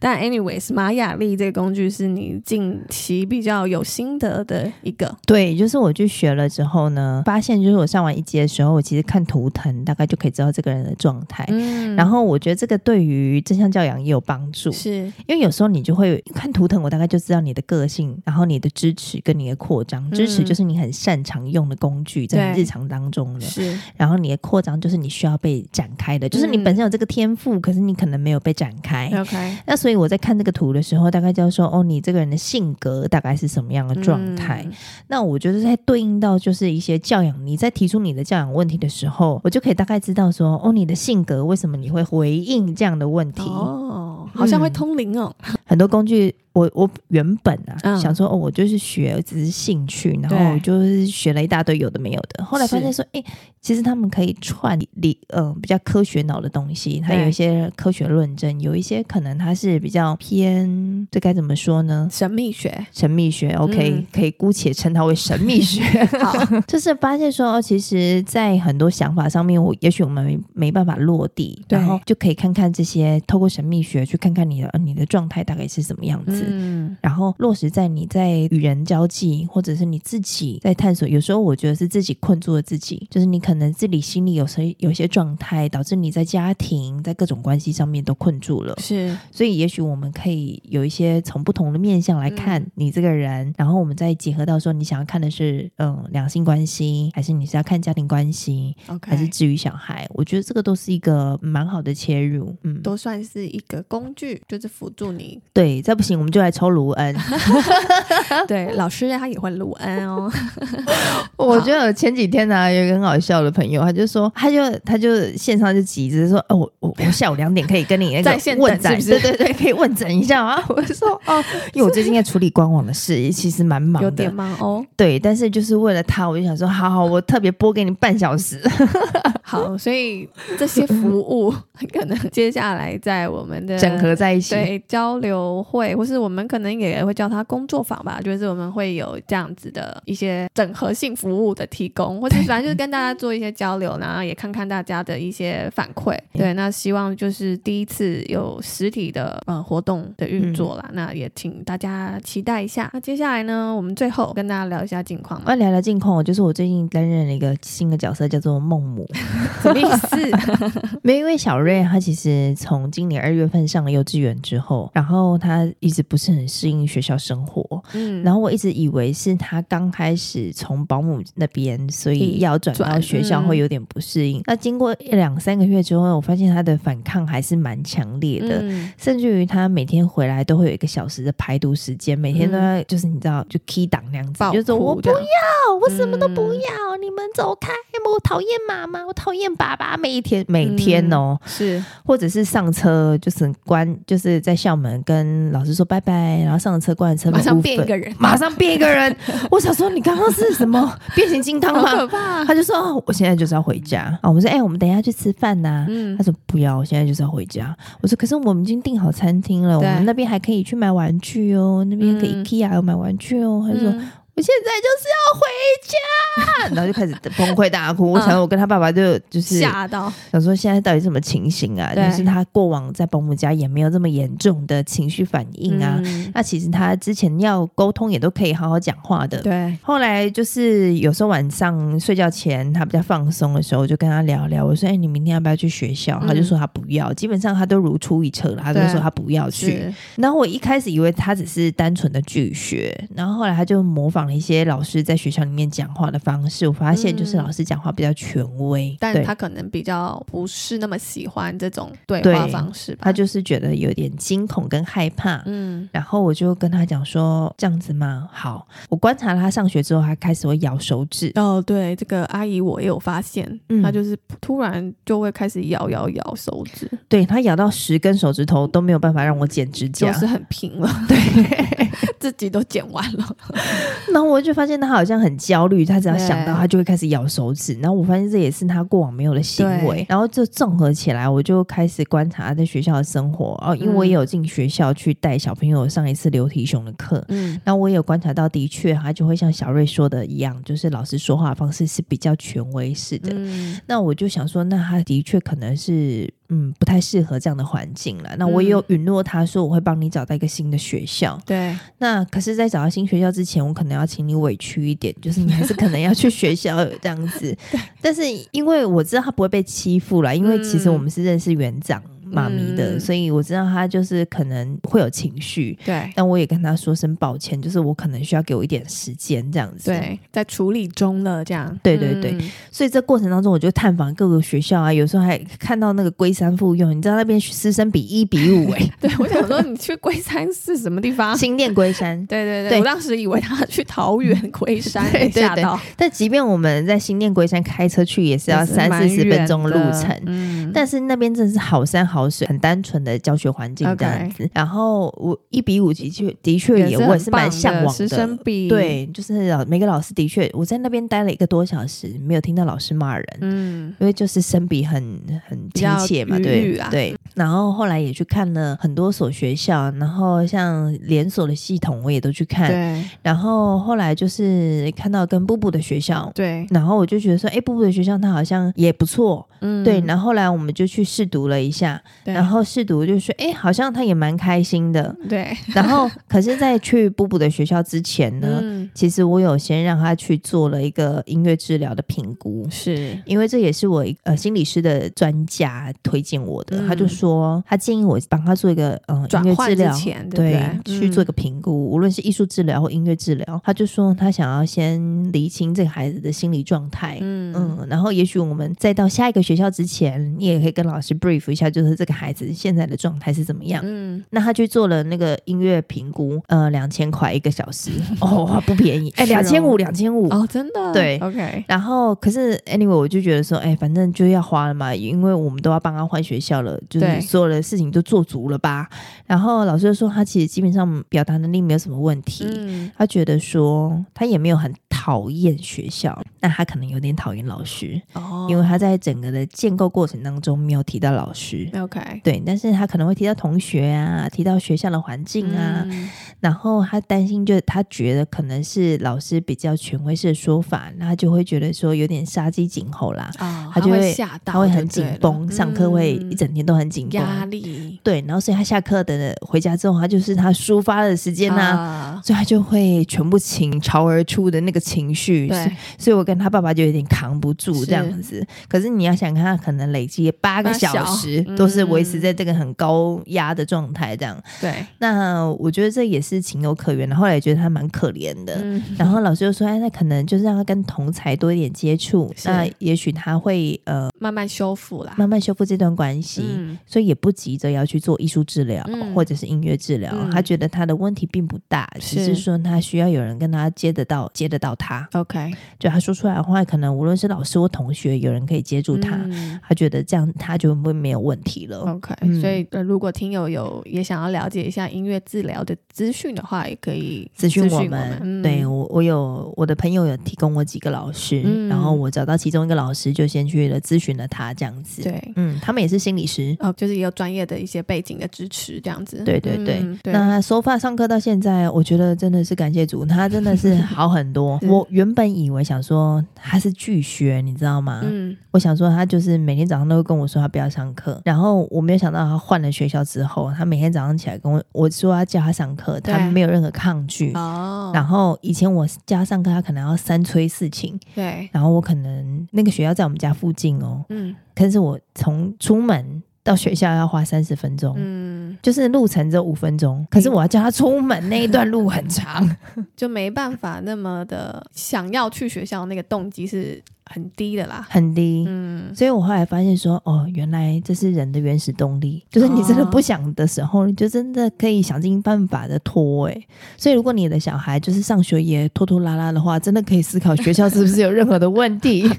Speaker 2: 但 anyways，玛雅历这个工具是你近期比较有心得的一个。
Speaker 3: 对，就是我去学了之后呢，发现就是我上完一阶的时候，我其实看图腾大概就可以知道这个人的状态。
Speaker 2: 嗯
Speaker 3: 然后我觉得这个对于正向教养也有帮助，
Speaker 2: 是
Speaker 3: 因为有时候你就会看图腾，我大概就知道你的个性，然后你的支持跟你的扩张。支持
Speaker 2: 嗯
Speaker 3: 就是你很擅长用的工具，在你
Speaker 2: 对
Speaker 3: 日常当中的，
Speaker 2: 是，
Speaker 3: 然后你的扩张就是你需要被展开的，就是你
Speaker 2: 嗯
Speaker 3: 本身有这个天赋，可是你可能没有被展开。
Speaker 2: OK，
Speaker 3: 那所以我在看这个图的时候，大概就要说哦，你这个人的性格大概是什么样的状态？
Speaker 2: 嗯
Speaker 3: 那我觉得在对应到就是一些教养，你在提出你的教养问题的时候，我就可以大概知道说哦，你的性格为什么你会回应这样的问题？
Speaker 2: 哦，好像会
Speaker 3: 嗯
Speaker 2: 通灵哦。
Speaker 3: 很多工具，我我原本啊、
Speaker 2: 嗯
Speaker 3: 想说哦，我就是学只是兴趣，然后
Speaker 2: 对
Speaker 3: 我就是学了一大堆有的没有的，后来发现说，哎、其实他们可以串理嗯、呃、比较科学脑的东西，它
Speaker 2: 对
Speaker 3: 有一些科学论证，有一些可能它是比较偏这该怎么说呢？
Speaker 2: 神秘学，
Speaker 3: 神秘学，OK，、
Speaker 2: 嗯
Speaker 3: 可以姑且称它为神秘学。
Speaker 2: 好，
Speaker 3: 就是发现说，哦其实，在很多想法上面，我也许我们没没办法落地，
Speaker 2: 对
Speaker 3: 然后就可以看看这些，透过神秘学去看看你的、呃你的状态大概是什么样子。
Speaker 2: 嗯，
Speaker 3: 然后落实在你在与人交际，或者是你自己在探索。有时候我觉得是自己困住了自己，就是你可能自己心里有些有些状态，导致你在家庭、在各种关系上面都困住了。
Speaker 2: 是
Speaker 3: 所以，也许我们可以有一些从不同的面向来看你这个人，然后我们再结合到说，你想要看的是嗯两性关系，还是你是要看家庭关系，还是
Speaker 2: OK，
Speaker 3: 至于小孩？我觉得这个都是一个蛮好的切入。嗯，
Speaker 2: 都算是一个工具，就是辅助你。
Speaker 3: 对，再不行我们就来抽卢恩。啊
Speaker 2: 对，老师他也会录 恩哦。
Speaker 3: 我觉得我前几天呢、有一个很好笑的朋友，他就说，他就他就线上就急着说，哦，我我我下午两点可以跟你那
Speaker 2: 在线
Speaker 3: 个
Speaker 2: 等
Speaker 3: 问诊，
Speaker 2: 是不是
Speaker 3: 对对对，可以问诊一下啊。 我就说哦，因为我最近在处理官网的事，其实蛮忙
Speaker 2: 有
Speaker 3: 的
Speaker 2: 点，忙哦，
Speaker 3: 对，但是就是为了他，我就想说，好好，我特别拨给你半小时。
Speaker 2: 好，所以这些 服务可能接下来在我们 的
Speaker 3: 整合在一起。
Speaker 2: 对交流会，或是是我们可能也会叫它工作坊吧，就是我们会有这样子的一些整合性服务的提供，或者反正就是跟大家做一些交流，然后也看看大家的一些反馈。对，那希望就是第一次有实体的呃活动的运作
Speaker 3: 嗯
Speaker 2: 啦，那也请大家期待一下。那接下来呢，我们最后跟大家聊一下近况
Speaker 3: 我
Speaker 2: 嘛，
Speaker 3: 要聊聊近况，我就是我最近担任了一个新的角色，叫做孟 母。
Speaker 2: 什么意 思？
Speaker 3: 没有，因为小瑞他其实从今年二月份上了幼稚园之后，然后他一直不是很适应学校生活，
Speaker 2: 嗯，
Speaker 3: 然后我一直以为是他刚开始从保姆那边，所以要转到
Speaker 2: 转
Speaker 3: 学校
Speaker 2: 嗯
Speaker 3: 会有点不适应。那经过一两三个月之后，我发现他的反抗还是蛮强烈的。
Speaker 2: 嗯
Speaker 3: 甚至于他每天回来都会有一个小时的排毒时间，每天都要就是你知道就 key 档那样子
Speaker 2: 嗯爆，
Speaker 3: 就是说
Speaker 2: 哭
Speaker 3: 我不
Speaker 2: 这
Speaker 3: 要
Speaker 2: 样，
Speaker 3: 我什么都不
Speaker 2: 嗯
Speaker 3: 要，你们走开，我讨厌妈妈，我讨厌爸爸，每一天每天哦，
Speaker 2: 是
Speaker 3: 或者是上车就是关，就是在校门跟老师说拜拜，然后上了车关了车门，
Speaker 2: 马上
Speaker 3: 5
Speaker 2: 变一
Speaker 3: 分
Speaker 2: 个人，
Speaker 3: 马上变一个 人。我想说，你刚刚是什么变形金刚
Speaker 2: 好
Speaker 3: 吗？
Speaker 2: 可怕。
Speaker 3: 他就说、哦我现在就是要回家啊。我们说，哎、我们等一下去吃饭呐、
Speaker 2: 嗯
Speaker 3: 他，说不要，我现在就是要回家。我说可是我们已经订好餐厅了，我
Speaker 2: 对
Speaker 3: 们那边还可以去买玩具哦，那边可以
Speaker 2: 嗯
Speaker 3: IKEA 有买玩具哦。他就说、
Speaker 2: 嗯
Speaker 3: 我现在就是要回家，然 后就开始崩溃大哭。我
Speaker 2: 嗯
Speaker 3: 想我跟他爸爸就就是
Speaker 2: 吓到，
Speaker 3: 想说现在到底什么情形啊？就
Speaker 2: 对
Speaker 3: 是他过往在保姆家也没有这么严重的情绪反应啊。
Speaker 2: 嗯
Speaker 3: 那其实他之前要沟通也都可以好好讲话的，
Speaker 2: 对，
Speaker 3: 后来就是有时候晚上睡觉前，他比较放松的时候，我就跟他聊聊。我说：“哎、你明天要不要去学校？”
Speaker 2: 嗯
Speaker 3: 他就说他不要。基本上他都如出一辙了，他都
Speaker 2: 对
Speaker 3: 说他不要去。
Speaker 2: 是
Speaker 3: 然后我一开始以为他只是单纯的拒绝，然后后来他就模仿了一些老师在学校里面讲话的方式。我发现就是
Speaker 2: 嗯
Speaker 3: 老师讲话比较权威，
Speaker 2: 但
Speaker 3: 对
Speaker 2: 他可能比较不是那么喜欢这种对
Speaker 3: 对
Speaker 2: 话方式吧。
Speaker 3: 他就是觉得有点惊恐跟害怕。
Speaker 2: 嗯，
Speaker 3: 然后我就跟他讲说：“这样子吗？好。”我观察了他上学之后，他开始会咬手指。
Speaker 2: 哦，对，这个阿姨我也有发现，
Speaker 3: 嗯
Speaker 2: 她就是突然就会开始摇摇摇手指，
Speaker 3: 对他咬到十根手指头都没有办法让我剪指
Speaker 2: 就
Speaker 3: 甲，
Speaker 2: 是很平了，
Speaker 3: 对。
Speaker 2: 自己都剪完了。
Speaker 3: 然后我就发现他好像很焦虑，他只要想到
Speaker 2: 对
Speaker 3: 他就会开始咬手指。然后我发现这也是他过往没有的行为
Speaker 2: 对。
Speaker 3: 然后就综合起来，我就开始观察他在学校的生活。哦，因为我
Speaker 2: 嗯
Speaker 3: 也有进学校去带小朋友上一次流体熊的课。
Speaker 2: 嗯，
Speaker 3: 那我也有观察到，的确，他就会像小瑞说的一样，就是老师说话的方式是比较权威式的。
Speaker 2: 嗯，
Speaker 3: 那我就想说，那他的确可能是嗯不太适合这样的环境了。那我也
Speaker 2: 嗯
Speaker 3: 有允诺他说我会帮你找到一个新的学校。
Speaker 2: 对，
Speaker 3: 那可是，在找到新学校之前，我可能要请你委屈一点，就是你还是可能要去学校这样 子。但是因为我知道他不会被欺负啦，因为其实
Speaker 2: 嗯
Speaker 3: 我们是认识园长妈咪的，
Speaker 2: 嗯
Speaker 3: 所以我知道他就是可能会有情绪。
Speaker 2: 对，
Speaker 3: 但我也跟他说声抱歉，就是我可能需要给我一点时间这样子。
Speaker 2: 对，在处理中了，这样。
Speaker 3: 对对对
Speaker 2: 嗯
Speaker 3: 所以这过程当中，我就探访各个学校啊，有时候还看到那个龟山附幼，你知道那边师生比一比五 哎、
Speaker 2: 对，我想说你去龟山是什么地方？
Speaker 3: 新店龟山。
Speaker 2: 对对
Speaker 3: 对
Speaker 2: 对，我当时以为他去桃园龟山，
Speaker 3: 对对
Speaker 2: 吓
Speaker 3: 对
Speaker 2: 到，
Speaker 3: 但即便我们在新店龟山开车去，也是要
Speaker 2: 也是
Speaker 3: 三
Speaker 2: 蛮
Speaker 3: 四十分钟的路
Speaker 2: 远的
Speaker 3: 程。
Speaker 2: 嗯，
Speaker 3: 但是那边真的是好山好水，很单纯的教学环境这样子。然后我一比五的确的确也
Speaker 2: 是
Speaker 3: 我也
Speaker 2: 很
Speaker 3: 是蛮
Speaker 2: 棒
Speaker 3: 向往
Speaker 2: 师生
Speaker 3: 的。
Speaker 2: 比，
Speaker 3: 对，就是老每个老师的确，我在那边待了一个多小时，没有听到老师骂人。
Speaker 2: 嗯，
Speaker 3: 因为就是生比很很
Speaker 2: 比
Speaker 3: 亲
Speaker 2: 较
Speaker 3: 切嘛，
Speaker 2: 愉
Speaker 3: 对
Speaker 2: 悦啊
Speaker 3: 对。然后后来也去看了很多所学校，然后像连锁的系统我也都去看，
Speaker 2: 对
Speaker 3: 然后后来就是看到跟布布的学校。
Speaker 2: 对，
Speaker 3: 然后我就觉得说，哎，布布的学校它好像也不错，
Speaker 2: 嗯
Speaker 3: 对。然后后来我们就去试读了一下，
Speaker 2: 对
Speaker 3: 然后试读就说，哎，好像他也蛮开心的。
Speaker 2: 对，
Speaker 3: 然后可是，在去布布的学校之前呢，
Speaker 2: 嗯，
Speaker 3: 其实我有先让他去做了一个音乐治疗的评估，
Speaker 2: 是，
Speaker 3: 因为这也是我一呃心理师的专家推荐我的，
Speaker 2: 嗯
Speaker 3: 他就说他建议我帮他做一个呃音
Speaker 2: 转
Speaker 3: 乐
Speaker 2: 换
Speaker 3: 治疗
Speaker 2: 之。前，
Speaker 3: 对，
Speaker 2: 不对？嗯
Speaker 3: 去做一个评估，无论是艺术治疗或音乐治疗，他就说他想要先厘清这个孩子的心理状态，
Speaker 2: 嗯，嗯
Speaker 3: 嗯，然后也许我们再到下一个学校之前，你也可以跟老师 brief 一下，就是这个孩子现在的状态是怎么样。
Speaker 2: 嗯，
Speaker 3: 那他去做了那个音乐评估，呃，两千块一个小 时，哦，不便宜，哎、
Speaker 2: 是哦
Speaker 3: 两千五，两千五，
Speaker 2: 哦，真的，
Speaker 3: 对
Speaker 2: ，OK，
Speaker 3: 然后，可是 anyway，我就觉得说，哎，反正就要花了嘛，因为我们都要帮他换学校了，就是
Speaker 2: 对
Speaker 3: 所有的事情都做足了吧。然后老师就说，他其实基本上表达能力没有什么问题，
Speaker 2: 嗯，
Speaker 3: 他觉得说他也没有很讨讨厌学校，那他可能有点讨厌老师，
Speaker 2: 哦
Speaker 3: 因为他在整个的建构过程当中没有提到老师。
Speaker 2: OK
Speaker 3: 对，但是他可能会提到同学啊，提到学校的环境啊，
Speaker 2: 嗯
Speaker 3: 然后他担心就，是他觉得可能是老师比较权威式的说法，那他就会觉得说有点杀鸡儆猴啦，
Speaker 2: 啊，
Speaker 3: 他就
Speaker 2: 会
Speaker 3: 会
Speaker 2: 吓到，
Speaker 3: 他会很紧绷，上课会一整天都很紧绷，
Speaker 2: 嗯压力
Speaker 3: 对，然后所以他下课的回家之后，他就是他抒发的时间呐、
Speaker 2: 啊，
Speaker 3: 所以他就会全部倾巢而出的那个情绪，所以
Speaker 2: 对，
Speaker 3: 所以我跟他爸爸就有点扛不住
Speaker 2: 是
Speaker 3: 这样子。可是你要想看，他可能累积八个
Speaker 2: 八小
Speaker 3: 小时
Speaker 2: 嗯
Speaker 3: 都是维持在这个很高压的状态，这样。
Speaker 2: 对，
Speaker 3: 那我觉得这也是情有可原的。后来也觉得他蛮可怜的。
Speaker 2: 嗯，
Speaker 3: 然后老师就说：“哎，那可能就是让他跟同才多一点接触，
Speaker 2: 是
Speaker 3: 那也许他会呃
Speaker 2: 慢慢修复啦，
Speaker 3: 慢慢修复这段关系。
Speaker 2: 嗯
Speaker 3: 所以也不急着要去做艺术治疗、
Speaker 2: 嗯
Speaker 3: 或者是音乐治疗，
Speaker 2: 嗯
Speaker 3: 他觉得他的问题并不大，只
Speaker 2: 是
Speaker 3: 是说他需要有人跟他接得到、接得到他。
Speaker 2: ，OK，
Speaker 3: 就他说出来的话，可能无论是老师或同学，有人可以接住他，
Speaker 2: 嗯
Speaker 3: 他觉得这样他就会没有问题了。
Speaker 2: OK，、
Speaker 3: 嗯
Speaker 2: 所以、呃、如果听友有也想要了解一下音乐治疗的资讯的话，也可以
Speaker 3: 咨询我
Speaker 2: 我
Speaker 3: 们，
Speaker 2: 嗯、
Speaker 3: 对我我有我的朋友有提供我几个老师，
Speaker 2: 嗯
Speaker 3: 然后我找到其中一个老师，就先去了咨询了他这样子。，
Speaker 2: 对，
Speaker 3: 嗯，他们也是心理师，
Speaker 2: 哦，就是也有专业的一些背景的支持，这样子。
Speaker 3: 对对对。
Speaker 2: 嗯、对
Speaker 3: 那收发上课到现在，我觉得真的是感谢主，他真的 是好很多。
Speaker 2: 是
Speaker 3: 我原本以为想说他是拒学，你知道吗？
Speaker 2: 嗯，
Speaker 3: 我想说他就是每天早上都会跟我说他不要上课，然后我没有想到他换了学校之后，他每天早上起来跟我我说要叫他上课，
Speaker 2: 对
Speaker 3: 他没有任何抗拒。
Speaker 2: 哦，
Speaker 3: 然后以前我家上课，他可能要三催四请，
Speaker 2: 对，
Speaker 3: 然后我可能那个学校在我们家附近哦，
Speaker 2: 嗯
Speaker 3: 但是我从出门到学校要花三十分钟，
Speaker 2: 嗯，
Speaker 3: 就是路程只有五分钟，可是我要叫他出门那一段路很长，
Speaker 2: 嗯就没办法那么的想要去学校那个动机是很低的啦。
Speaker 3: 很低。
Speaker 2: 嗯，
Speaker 3: 所以我后来发现说，哦，原来这是人的原始动力，就是你真的不想的时候，你就真的可以想尽办法的拖、欸。所以如果你的小孩就是上学也拖拖拉拉的话，真的可以思考学校是不是有任何的问题。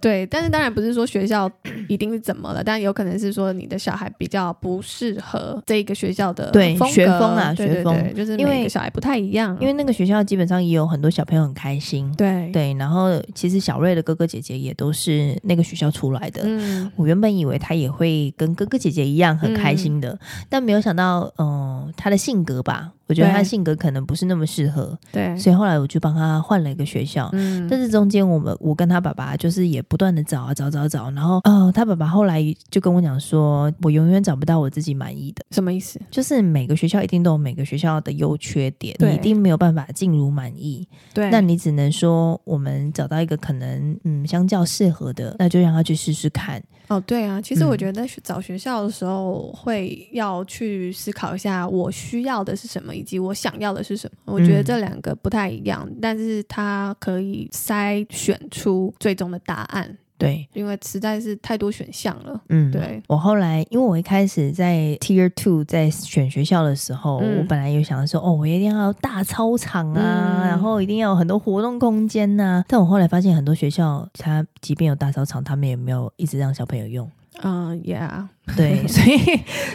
Speaker 2: 对，但是当然不是说学校 一定是怎么了，但有可能是说你的小孩比较不适合这一个学校的
Speaker 3: 对
Speaker 2: 风格
Speaker 3: 学风啊
Speaker 2: 对对
Speaker 3: 学风
Speaker 2: 对就是
Speaker 3: 因
Speaker 2: 每
Speaker 3: 为
Speaker 2: 个小孩不太一样，啊
Speaker 3: 因为那个学校基本上也有很多小朋友很开心，
Speaker 2: 对，
Speaker 3: 对，然后其实小瑞的哥哥姐姐也都是那个学校出来的。
Speaker 2: 嗯，
Speaker 3: 我原本以为他也会跟哥哥姐姐一样很开
Speaker 2: 嗯
Speaker 3: 心的，但没有想到，嗯、他的性格吧，我觉得
Speaker 2: 对
Speaker 3: 他的性格可能不是那么适合，
Speaker 2: 对，
Speaker 3: 所以后来我就帮他换了一个学校。
Speaker 2: 嗯，
Speaker 3: 但是中间我们我跟他爸爸就是也不断的找啊找找找，然后呃，他爸爸后来就跟我讲说，我永远找不到我自己满意的，
Speaker 2: 什么意思？
Speaker 3: 就是每个学校一定都有每个学校的优缺点，你
Speaker 2: 对
Speaker 3: 一定没有办法尽如满意。
Speaker 2: 对，
Speaker 3: 那你只能说，我们找到一个可能，嗯，相较适合的，那就让他去试试看。
Speaker 2: 哦，对啊，其实我
Speaker 3: 嗯
Speaker 2: 觉得去找学校的时候，会要去思考一下我需要的是什么，以及我想要的是什么。我觉得
Speaker 3: 嗯
Speaker 2: 这两个不太一样，但是它可以筛选出最终的答案，
Speaker 3: 对，
Speaker 2: 因为实在是太多选项了。
Speaker 3: 嗯，
Speaker 2: 对。
Speaker 3: 我后来，因为我一开始在 Tier Two 在选学校的时候，
Speaker 2: 嗯
Speaker 3: 我本来有想说，哦，我一定要有大操场啊，
Speaker 2: 嗯
Speaker 3: 然后一定要有很多活动空间呐、但我后来发现，很多学校它即便有大操场，他们也没有一直让小朋友用。
Speaker 2: 嗯，Yeah，
Speaker 3: 对，所以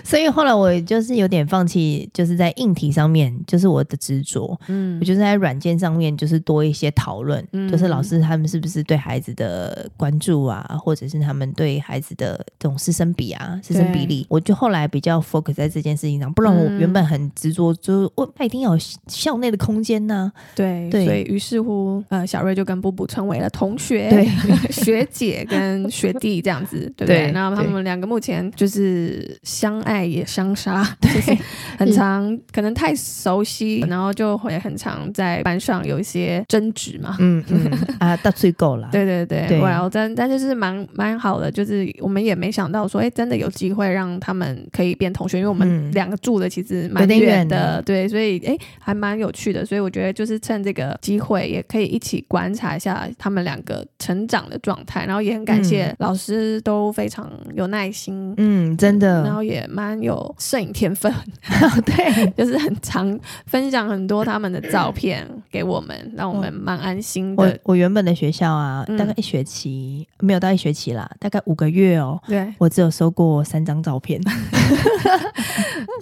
Speaker 3: 所以后来我就是有点放弃，就是在硬体上面，就是我的执着。
Speaker 2: 嗯
Speaker 3: 我，就是在软件上面就是多一些讨论，
Speaker 2: 嗯
Speaker 3: 就是老师他们是不是对孩子的关注啊，或者是他们对孩子的这种师生比啊、师生比例，我就后来比较 focus 在这件事情上，不然我
Speaker 2: 嗯
Speaker 3: 原本很执着，就是我他一定要有校内的空间呐、
Speaker 2: 对，
Speaker 3: 对
Speaker 2: 所以于是乎，呃，小瑞就跟布布成为了同学、
Speaker 3: 对
Speaker 2: 学姐跟学弟这样 子，对不
Speaker 3: 对
Speaker 2: 对？那他
Speaker 3: 对
Speaker 2: 们两个目前就是相爱也相杀，就是
Speaker 3: 嗯
Speaker 2: 很常可能太熟悉，然后就会很常在班上有一些争执嘛。
Speaker 3: 嗯嗯 啊，到最够了，
Speaker 2: 对对对，
Speaker 3: 对
Speaker 2: 哇！但但就是蛮蛮好的，就是我们也没想到说，哎，真的有机会让他们可以变同学，因为我
Speaker 3: 嗯
Speaker 2: 们两个住的其实蛮
Speaker 3: 有点远
Speaker 2: 的
Speaker 3: 呢，
Speaker 2: 对，所以哎，还蛮有趣的。所以我觉得就是趁这个机会，也可以一起观察一下他们两个成长的状态，然后也很感谢
Speaker 3: 嗯
Speaker 2: 老师都非常有耐心。
Speaker 3: 嗯，真
Speaker 2: 然
Speaker 3: 的，
Speaker 2: 后也蛮有摄影天分，
Speaker 3: 对，
Speaker 2: 就是很常分享很多他们的照片，给我们，让我们蛮安心
Speaker 3: 我
Speaker 2: 的。
Speaker 3: 我原本的学校啊，
Speaker 2: 嗯
Speaker 3: 大概一学期、没有到一学期啦，大概五个月哦。
Speaker 2: 对
Speaker 3: 我只有收过三张照 片，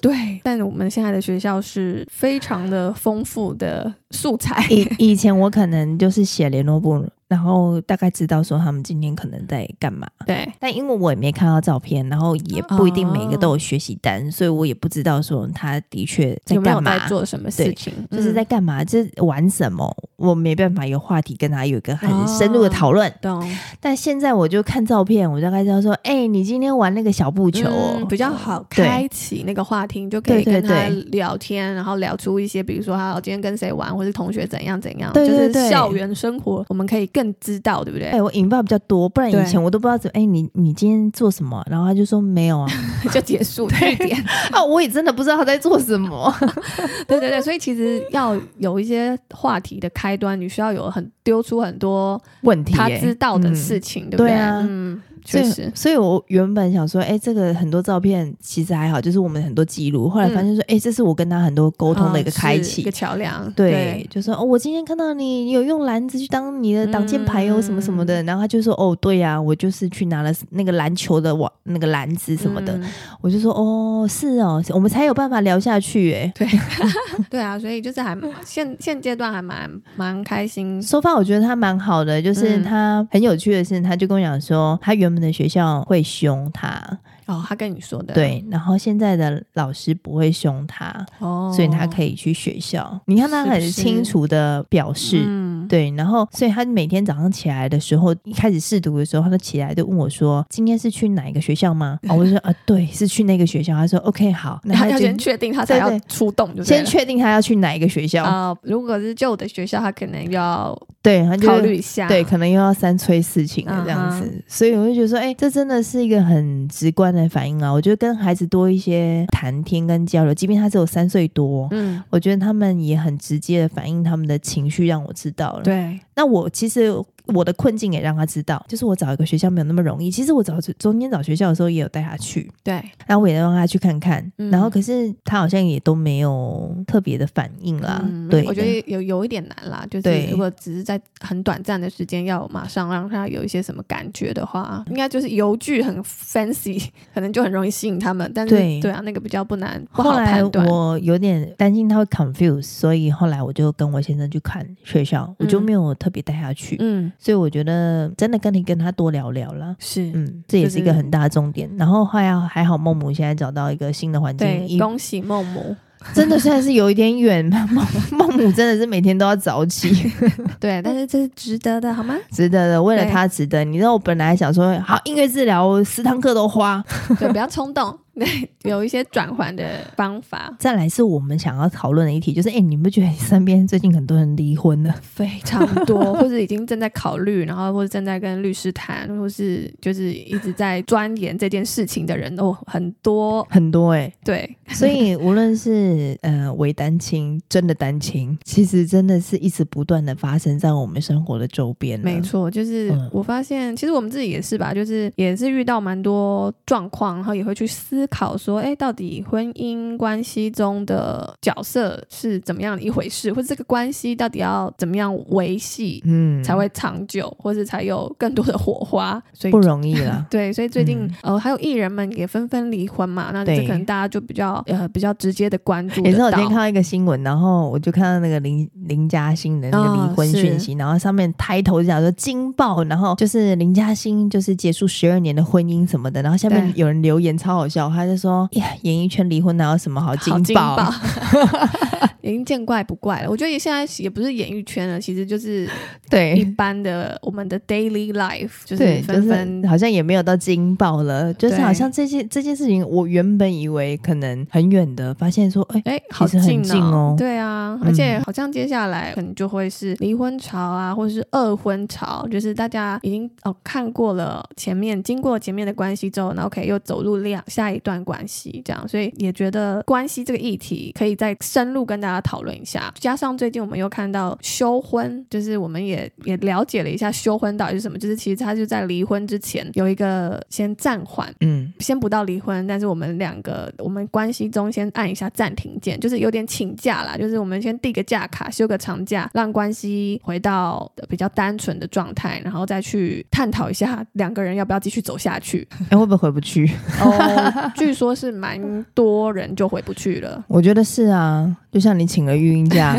Speaker 2: 对，但我们现在的学校是非常的丰富的素材。
Speaker 3: 以以前我可能就是写联络簿，然后大概知道说他们今天可能在干嘛，
Speaker 2: 对，
Speaker 3: 但因为我也没看到照片，然后也不一定每个都有学习单，所以我也不知道说他的确在
Speaker 2: 有没有
Speaker 3: 干嘛，
Speaker 2: 在做什么事
Speaker 3: 对
Speaker 2: 情？
Speaker 3: 就是在
Speaker 2: 嗯
Speaker 3: 干嘛，就是玩什么，我没办法有话题跟他有一个很深入的讨论。
Speaker 2: 懂
Speaker 3: 但现在我就看照片，我大概知道说，哎、你今天玩那个小布球、哦
Speaker 2: 嗯比较好
Speaker 3: 对
Speaker 2: 开启那个话题，你就可以
Speaker 3: 对对
Speaker 2: 跟他
Speaker 3: 对
Speaker 2: 聊天，然后聊出一些，比如说他今天跟谁玩，或是同学怎样怎样，
Speaker 3: 对对
Speaker 2: 就
Speaker 3: 对
Speaker 2: 是校园生活，我们可以更知道，对不对
Speaker 3: 哎、？我引爆比较多，不然
Speaker 2: 对
Speaker 3: 以前我都不知道怎么。哎、你你今天做什么？然后他就说没有啊，
Speaker 2: 就结束据点。
Speaker 3: 啊，我也真的不知道他在做什么。
Speaker 2: 对对对，所以其实要有一些话题的开端，你需要有很丢出很多
Speaker 3: 问题、
Speaker 2: 他
Speaker 3: 哎
Speaker 2: 知道的
Speaker 3: 嗯
Speaker 2: 事情，对不
Speaker 3: 对啊
Speaker 2: 嗯，确
Speaker 3: 所以
Speaker 2: 实，
Speaker 3: 所以我原本想说，哎、这个很多照片其实还好，就是我们很多记录。后来发现说，哎、这是我跟他很多沟通哦的一个
Speaker 2: 嗯是
Speaker 3: 开启。
Speaker 2: 一个桥梁。
Speaker 3: 对，就说哦，我今天看到你你有用篮子去当你的挡箭牌哦，
Speaker 2: 嗯
Speaker 3: 什么什么的。然后他就说，哦，对呀、我就是去拿了那个篮球的网那个篮子什么的。
Speaker 2: 嗯
Speaker 3: 我就说，哦，是哦，我们才有办法聊下去、哎，
Speaker 2: 对啊，所以就是还蛮现现阶段还蛮蛮开心，
Speaker 3: 说法我觉得他蛮好的，就是
Speaker 2: 嗯
Speaker 3: 他很有趣的是，他就跟我讲说，他原本的学校会凶他，
Speaker 2: 哦，他跟你说的，
Speaker 3: 对，然后现在的老师不会凶他，
Speaker 2: 哦，
Speaker 3: 所以他可以去学校。你看他
Speaker 2: 是不
Speaker 3: 很
Speaker 2: 是
Speaker 3: 清楚的表示。
Speaker 2: 嗯，
Speaker 3: 对，然后所以他每天早上起来的时候，一开始试读的时候，他就起来就问我说：“今天是去哪一个学校吗？” 啊，我就说：“啊，对，是去那个学校。”他说：“OK，好。”那
Speaker 2: 他
Speaker 3: 他
Speaker 2: 要
Speaker 3: 就
Speaker 2: 先确定他才
Speaker 3: 对
Speaker 2: 要
Speaker 3: 对
Speaker 2: 出动就对
Speaker 3: 先
Speaker 2: 了，
Speaker 3: 确定他要去哪一个学校，
Speaker 2: 啊、如果是旧的学校，他可能要
Speaker 3: 对，他就
Speaker 2: 考虑一下，
Speaker 3: 对，可能又要三催四请的这样
Speaker 2: 嗯
Speaker 3: 子，
Speaker 2: 哼
Speaker 3: 所以我就觉得说，哎、这真的是一个很直观的反应啊！我觉得跟孩子多一些谈天跟交流，即便他只有三岁多，
Speaker 2: 嗯，
Speaker 3: 我觉得他们也很直接的反映他们的情绪，让我知道了。，
Speaker 2: 对，
Speaker 3: 那我其实我的困境也让他知道，就是我找一个学校没有那么容易。其实我找中间找学校的时候也有带他去，
Speaker 2: 对，
Speaker 3: 然后我也让他去看看，
Speaker 2: 嗯
Speaker 3: 然后可是他好像也都没有特别的反应啦。
Speaker 2: 嗯，
Speaker 3: 对，
Speaker 2: 我觉得有有一点难啦，就是
Speaker 3: 对
Speaker 2: 如果只是在很短暂的时间要马上让他有一些什么感觉的话，应该就是邮剧很 fancy，可 能就很容易吸引他们，但是
Speaker 3: 对
Speaker 2: 啊，那个比较不难，不
Speaker 3: 后
Speaker 2: 好
Speaker 3: 来
Speaker 2: 判断，
Speaker 3: 我有点担心他会 confuse，所以后来我就跟我先生去看学校，我就没有特别带他去。
Speaker 2: 嗯，
Speaker 3: 所以我觉得真的跟你跟他多聊聊啦。
Speaker 2: 是。
Speaker 3: 嗯，这也是一个很大的重点。然后还要还好，孟母现在找到一个新的环境，
Speaker 2: 对，
Speaker 3: 一
Speaker 2: 恭喜孟母。
Speaker 3: 真的虽然是有一点 远，孟孟母真的是每天都要早起，
Speaker 2: 对，但是这是值得的，好吗？
Speaker 3: 值得的，为了
Speaker 2: 对
Speaker 3: 他值得。你知道我本来想说，好音乐治疗，我十堂课都花，
Speaker 2: 对，不要冲动， 对，有一些转换的 方法。
Speaker 3: 再来是我们想要讨论的议题，就是哎、诶你不觉得你身边最近很多人离婚了？
Speaker 2: 非常多，或者已经正在考虑，然后或者正在跟律师谈，或是就是一直在钻研这件事情的人都很多。
Speaker 3: 很多哎、诶
Speaker 2: 对，
Speaker 3: 所以无论是呃伪单亲、真的单亲，其实真的是一直不断的发生在我们生活的周边。
Speaker 2: 没，错，就是
Speaker 3: 嗯
Speaker 2: 我发现，其实我们自己也是吧，就是也是遇到蛮多状况，然后也会去思考说，哎，到底婚姻关系中的角色是怎么样的一回事，或者这个关系到底要怎么样维系
Speaker 3: 嗯，
Speaker 2: 才会长久，或者才有更多的火花。所以。
Speaker 3: 不容易啦
Speaker 2: 对，所以最近、
Speaker 3: 嗯
Speaker 2: 呃，还有艺人们也纷纷离婚嘛，那这
Speaker 3: 对
Speaker 2: 可能大家就比较呃比较直接的关注
Speaker 3: 也是我
Speaker 2: 得
Speaker 3: 今天
Speaker 2: 到
Speaker 3: 看。到一个新闻，然后我就看到那个林林嘉欣的那
Speaker 2: 啊
Speaker 3: 个离婚讯息，然后上面抬头就讲说惊爆，然后就是林嘉欣就是结束十二年的婚姻什么的，然后下面
Speaker 2: 对
Speaker 3: 有人留言超好笑，他就说哎呀，演艺圈离婚哪有什么好
Speaker 2: 好
Speaker 3: 惊
Speaker 2: 劲
Speaker 3: 爆？
Speaker 2: 爆，已经见怪不怪了。我觉得现在也不是演艺圈了，其实就是一
Speaker 3: 对。
Speaker 2: 般的我们的 daily life，就是
Speaker 3: 哎对，就
Speaker 2: 纷纷
Speaker 3: 是好像也没有到惊爆了，就是
Speaker 2: 对
Speaker 3: 好像这件这件事情，我原本以为可能很远的，发现说，哎、
Speaker 2: 哎、好
Speaker 3: 其实很近哦嗯
Speaker 2: 对啊，而且好像接下来可能就会是离婚潮啊，或者是二婚潮，就是大家已经哦看过了前面，经过前面的关系之后，然后可以又走入两下一段关系，这样，所以也觉得关系这个议题可以再深入跟大家家讨论一下。加上最近我们又看到休婚，就是我们也也了解了一下休婚到底是什么，就是其实它就在离婚之前有一个先暂缓，
Speaker 3: 嗯，
Speaker 2: 先不到离婚，但是我们两个我们关系中先按一下暂停键，就是有点请假啦，就是我们先递个假卡，休个长假，让关系回到比较单纯的状态，然后再去探讨一下两个人要不要继续走下 去。
Speaker 3: 哎、会不会回不去？
Speaker 2: 哦，据说是蛮多人就回不去了。
Speaker 3: 我觉得是啊，就像你请了育婴 假，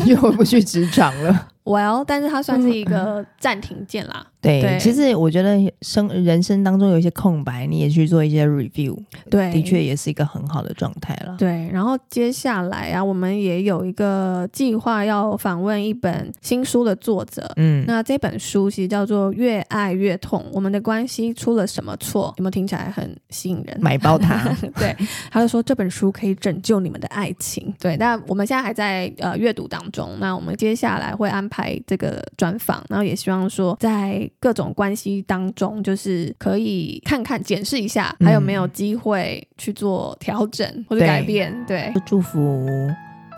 Speaker 3: 你就回不去职场了。
Speaker 2: Well，但是它算是一个暂停键啦。
Speaker 3: 对，
Speaker 2: 对
Speaker 3: 其实我觉得生人生当中有一些空白，你也去做一些 review，
Speaker 2: 对，
Speaker 3: 的确也是一个很好的状态了。
Speaker 2: 对，然后接下来啊，我们也有一个计划要访问一本新书的作者。
Speaker 3: 嗯，
Speaker 2: 那这本书其实叫做《越爱越痛》，我们的关系出了什么错？有没有听起来很吸引人？
Speaker 3: 买爆 它。
Speaker 2: 对，他就说这本书可以拯救你们的爱情。对，那我们现在还在呃阅读当中，那我们接下来会安排这个专访，然后也希望说在各种关系当中，就是可以看看检视一下，还有没有机会去做调整或者
Speaker 3: 嗯对
Speaker 2: 改变。对
Speaker 3: 就祝福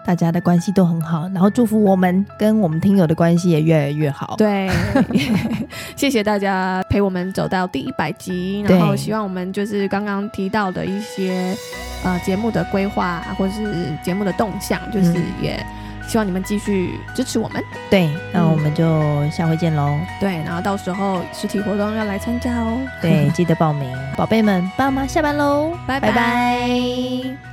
Speaker 3: 大家的关系都很好，然后祝福我们跟我们听友的关系也越来越好。，
Speaker 2: 对， 谢谢大家陪我们走到第一百集，
Speaker 3: 对
Speaker 2: 然后希望我们就是刚刚提到的一些呃节目的规划啊或是节目的动向，就是
Speaker 3: 嗯
Speaker 2: 也希望你们继续支持我们。
Speaker 3: 对，那我们就下回见喽。
Speaker 2: 对，然后到时候实体活动要来参加哦。
Speaker 3: 对，记得报名，宝贝们，爸妈下班喽，
Speaker 2: 拜
Speaker 3: 拜
Speaker 2: 拜
Speaker 3: 拜